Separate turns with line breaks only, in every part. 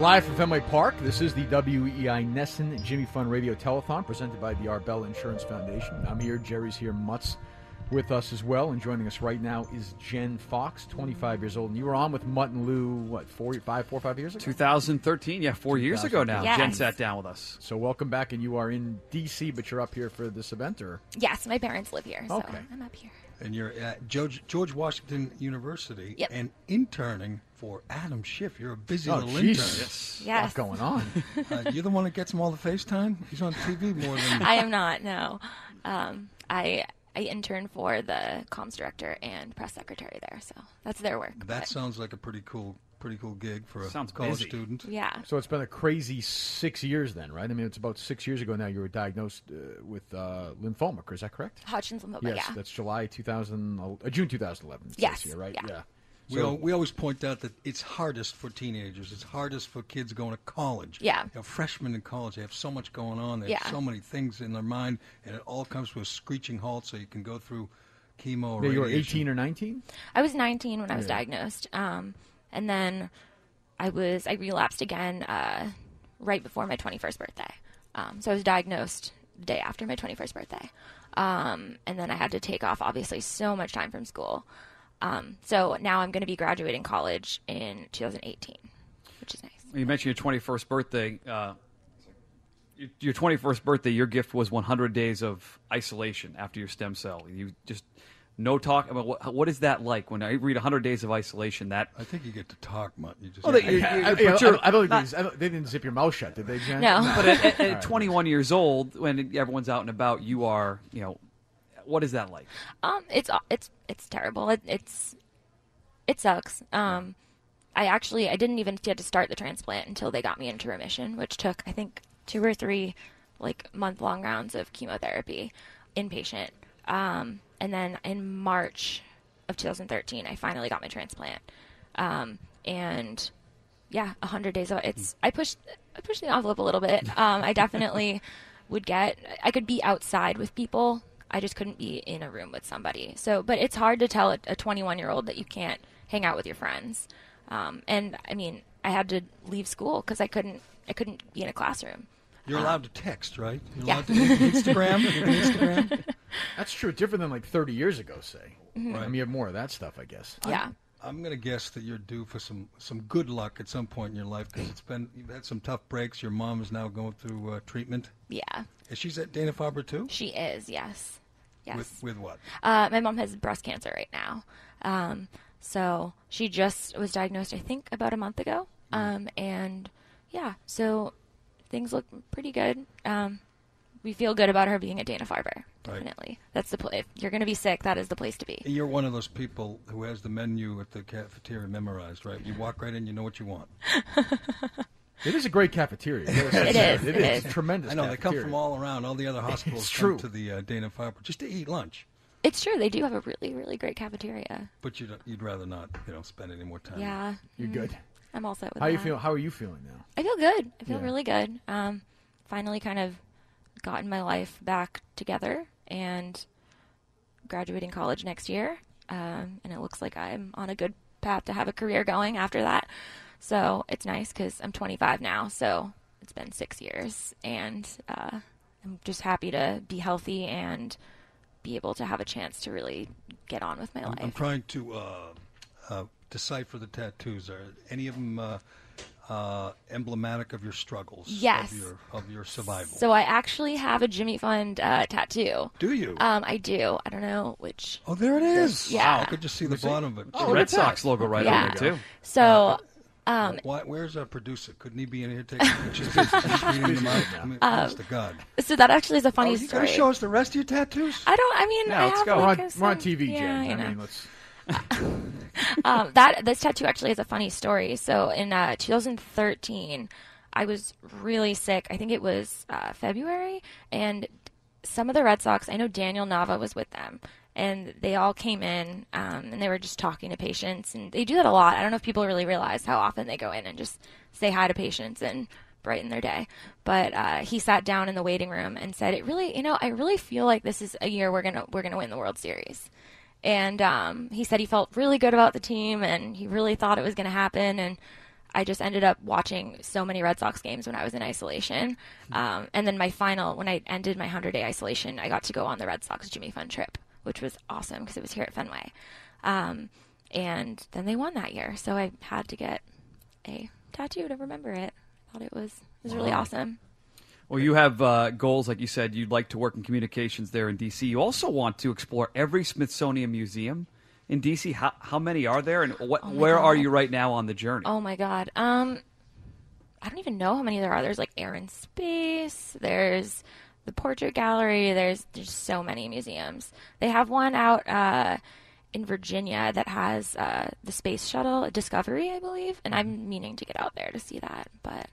Live from Fenway Park, this is the WEI Nesson and Jimmy Fund Radio Telethon presented by the Arbella Insurance Foundation. I'm here, Jerry's here, Mutt's with us as well, and joining us right now is Jen Fox, 25 years old. And you were on with Mutt and Lou, what, four, five, four or five years ago?
2013, yeah, four years ago now.
Yes.
Jen sat down with us.
So welcome back, and you are in D.C., but you're up here for this event, or?
Yes, my parents live here, so
Okay.
I'm up here.
and you're at George, George Washington University
Yep.
and interning for Adam Schiff. You're a busy
Oh,
little
Jesus.
Yes.
What's going on?
intern. Uh, you're the one that gets him all the FaceTime. He's on TV more than
I am not. No, um, I I intern for the comms director and press secretary there, so that's their work. but-
that. Sounds like a pretty cool, pretty cool gig for a
Sounds
college
busy.
student.
yeah,
so it's been a crazy six years then, right? I mean, it's about six years ago now you were diagnosed uh, with uh, lymphoma, is that correct?
Hodgkin's lymphoma.
yes,
yeah,
that's July 2000, uh, June 2011. it says
Yes,
here, right?
yeah.
We, al- we always point out that it's hardest for teenagers. It's hardest for kids going to college.
Yeah.
You know, freshmen in college, they have so much going on. They have
Yeah.
so many things in their mind, and it all comes to a screeching halt. So you can go through chemo. Or
Yeah, you were
radiation.
18 or 19?
I was 19 when I was diagnosed, um, and then I was I relapsed again uh, right before my 21st birthday. Um, so I was diagnosed the day after my 21st birthday, um, and then I had to take off obviously so much time from school. Um, so now I'm going to be graduating college in 2018, which is nice.
You mentioned your 21st birthday. Uh, your- your 21st birthday, your gift was 100 days of isolation after your stem cell. You just no talk. I mean, what, what is that like when I read 100 days of isolation? That
I think you get to talk much. You just
Oh, they-
Yeah.
you-
I,
you-
I-
but
yeah, I
you're
don't- I don't
not-
think they, I don't- they didn't zip your mouth shut, did they, Jen?
No.
but at, at, at 21 years old, when everyone's out and about, you are, you know, what is that like?
Um, it's it's it's terrible. It, it's it sucks. Um, I actually I didn't even get to start the transplant until they got me into remission, which took I think two or three like month long rounds of chemotherapy, inpatient. Um, and then in March of 2013, I finally got my transplant. Um, and yeah, 100 days of it's I pushed I pushed the envelope a little bit. Um, I definitely would get I could be outside with people. I just couldn't be in a room with somebody. So, but it's hard to tell a 21-year-old that you can't hang out with your friends. Um, and I mean, I had to leave school cuz I couldn't I couldn't be in a classroom.
You're allowed to text, right? You're
Yeah.
allowed to in- Instagram. you can Instagram.
That's true. Different than like 30 years ago, say. I mean, you have more of that stuff, I guess.
Mm-hmm. Yeah.
I'm gonna guess that you're due for some some good luck at some point in your life because it's been you've had some tough breaks. Your mom is now going through uh, treatment.
Yeah.
Is she's at Dana Farber too?
She is. Yes. Yes.
With with what?
Uh, my mom has breast cancer right now. Um, so she just was diagnosed, I think, about a month ago.
Mm.
Um, and yeah, so things look pretty good. Um, we feel good about her being at Dana Farber. Definitely, that's the place. If you're going to be sick, that is the place to be.
You're one of those people who has the menu at the cafeteria memorized, right? You walk right in, you know what you want.
It is a great cafeteria.
It is,
It
it
is.
is.
Tremendous
I know they come
cafeteria.
from all around. All the other hospitals
It's
come
true.
to the uh, Dana Farber just to eat lunch,
It's true they do have a really, really great cafeteria.
but you'd you'd rather not, you know, spend any more time.
Yeah,
You're good.
I'm all set
Um,
with
How
that.
you feel? How are you feeling now?
I feel good. I feel
Yeah.
really good. Um, finally, kind of gotten my life back together and graduating college next year. Um, and it looks like I'm on a good path to have a career going after that. So it's nice because I'm 25 now. So it's been six years. And uh, I'm just happy to be healthy and be able to have a chance to really get on with my life.
I'm trying to uh, uh, decipher the tattoos. Are any of them uh, uh, emblematic of your struggles?
Yes.
Of your, of your survival.
so I actually have a Jimmy Fund uh, tattoo.
Do you?
Um, I do. I don't know which.
oh, there it is.
Yeah.
Wow, I could just see Oh, the bottom of it.
Oh,
The Red Sox logo right
Yeah.
over there, too. Uh,
So Um,
Why, where's our producer? Couldn't he be in here taking pictures? He's reading them out. I mean,
Uh,
honest to God.
So that actually is a funny
Oh, you
story.
going to show us the rest of your tattoos?
I don't. I mean,
No,
I
let's
have
go.
We're on,
like a
we're on
some-
TV,
yeah,
Jen.
I
I
know.
mean, let's.
um, that this tattoo actually is a funny story. So in uh, 2013, I was really sick. I think it was uh, February, and some of the Red Sox. I know Daniel Nava was with them, and they all came in um, and they were just talking to patients, and they do that a lot. I don't know if people really realize how often they go in and just say hi to patients and brighten their day. But uh, he sat down in the waiting room and said, "It really, you know, I really feel like this is a year we're gonna we're gonna win the World Series." And um, he said he felt really good about the team and he really thought it was gonna happen. And I just ended up watching so many Red Sox games when I was in isolation. Um, and then my final, when I ended my 100 day isolation, I got to go on the Red Sox Jimmy Fun trip, which was awesome because it was here at Fenway. Um, and then they won that year, so I had to get a tattoo to remember it. I thought it was it was really awesome.
Well, you have uh, goals, like you said, you'd like to work in communications there in D.C. You also want to explore every Smithsonian museum in D.C. How, how many are there, and what, where are
Oh God.
you right now on the journey?
Oh my god. Um, I don't even know how many there are. There's like Air and Space. There's the Portrait Gallery. There's there's so many museums. They have one out uh, in Virginia that has uh, the space shuttle Discovery, I believe, and I'm meaning to get out there to see that, but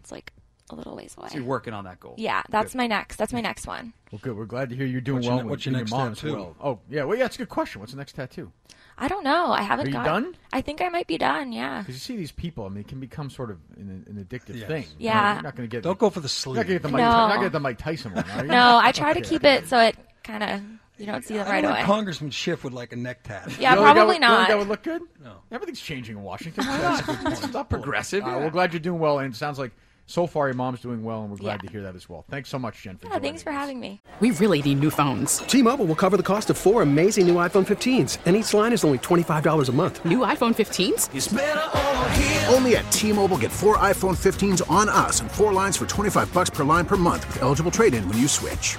it's like a little ways away.
So you're working on that goal.
yeah, that's my next. That's my next one.
Well, good. We're glad to hear you're doing
What's your
well.
ne-
with-
what's your
and
next
mom's
tattoo?
well. Oh, yeah. Well, yeah, that's a good question. What's the next tattoo?
I don't know. I haven't
Are you
got-
done?
I think I might be done. Yeah.
Because you see these people, I mean, it can become sort of an, an addictive
Yes.
thing.
Yeah.
You're not going to get.
Don't go for the
You're not going
sleeve.
to get the Mike.
No.
You're not going to get the Mike Tyson one. Are you?
No, I try to keep it so it kind of you don't see them
I
right
don't
away.
think Congressman Schiff would like a neck tat.
Yeah,
You know,
probably
that would,
not.
That would look good. No, everything's changing in Washington. That's a good point. It's up a little.
Progressive,
Uh,
yeah.
We're glad you're doing well, and it sounds like so far your mom's doing well, and we're glad
Yeah.
to hear that as well. Thanks so much, Jen. For
yeah, thanks for having me.
We really need new phones.
T-Mobile will cover the cost of four amazing new iPhone 15s, and each line is only $25 a month.
New iPhone 15s?
Only at T-Mobile, get four iPhone 15s on us and four lines for 25 bucks per line per month with eligible trade-in when you switch.